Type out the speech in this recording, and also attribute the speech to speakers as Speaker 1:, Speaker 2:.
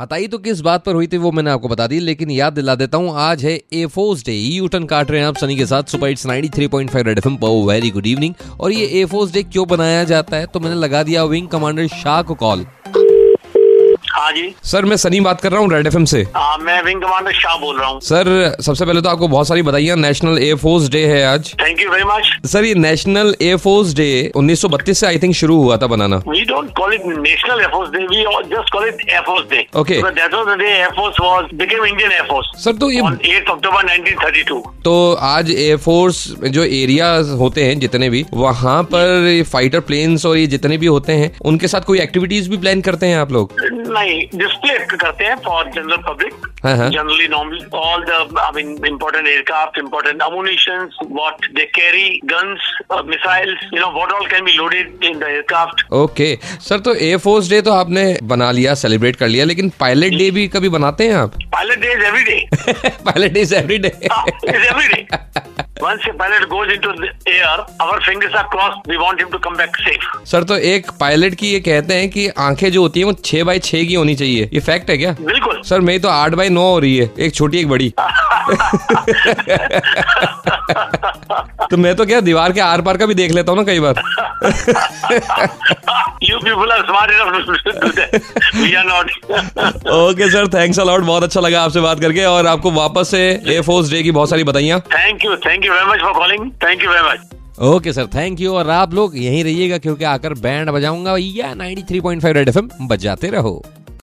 Speaker 1: हताई तो किस बात पर हुई थी वो मैंने आपको बता दी लेकिन याद दिला देता हूँ आज है ए फोर्स डे यूटन काट रहे हैं आप सनी के साथ super it's 93.5 three point five Red FM very good evening और ये ए फोर्स डे क्यों बनाया जाता है तो मैंने लगा दिया विंग कमांडर शाह को कॉल
Speaker 2: हाँ जी
Speaker 1: सर मैं सनी बात कर रहा हूँ रेड एफ से
Speaker 2: हाँ मैं विंग कमांडर शाह बोल रहा हूँ
Speaker 1: सर सबसे पहले तो आपको बहुत सारी बधाइयाँ नेशनल एयर फोर्स डे है आज
Speaker 2: thank you very much
Speaker 1: sir ये नेशनल एयर फोर्स डे 1932 से आई थिंक शुरू हुआ था बनाना
Speaker 2: We don't call it National Air Force Day. We all just call it Air Force Day.
Speaker 1: Okay.
Speaker 2: Because that was the day Air Force was became Indian Air Force
Speaker 1: sir तो ये
Speaker 2: on 8th October 1932.
Speaker 1: तो आज air force जो area होते हैं जितने भी वहाँ पर ये फाइटर प्लेन्स और ये जितने भी होते हैं उनके साथ कोई एक्टिविटीज भी प्लान करते हैं आप लोग
Speaker 2: नहीं डिस्प्ले करते हैं फॉर जनरल पब्लिक
Speaker 1: हाँ, हाँ।
Speaker 2: Generally normally all the I mean important aircraft important ammunition what they carry guns missiles you know what all can be loaded in the aircraft
Speaker 1: okay sir तो air force day तो आपने बना लिया celebrate कर लिया लेकिन पायलट डे भी कभी बनाते हैं आप
Speaker 2: pilot day is every day
Speaker 1: pilot day is every day
Speaker 2: Ah, it's every day. Once a pilot goes into the air, our fingers are crossed. We want him to come back safe.
Speaker 1: Sir तो एक pilot की ये कहते हैं कि आंखें जो होती हैं वो छह बाई छह की होनी चाहिए ये फैक्ट है क्या
Speaker 2: बिल्कुल
Speaker 1: सर मेरी तो आठ बाई नौ हो रही है एक छोटी एक बड़ी तो मैं तो क्या दीवार के आर पार का भी देख लेता हूँ ना कई बार
Speaker 2: you people are smart enough to do that. We are not.
Speaker 1: Okay sir thanks a lot बहुत अच्छा लगा आपसे बात करके और आपको वापस से एयरफोर्स डे की बहुत सारी बधाइयाँ
Speaker 2: Thank you. Thank you very much for calling. Thank you very much.
Speaker 1: Okay sir thank you और आप लोग यहीं रहिएगा क्योंकि आकर बैंड बजाऊंगा या 93.5 रेड एफएम बजाते रहो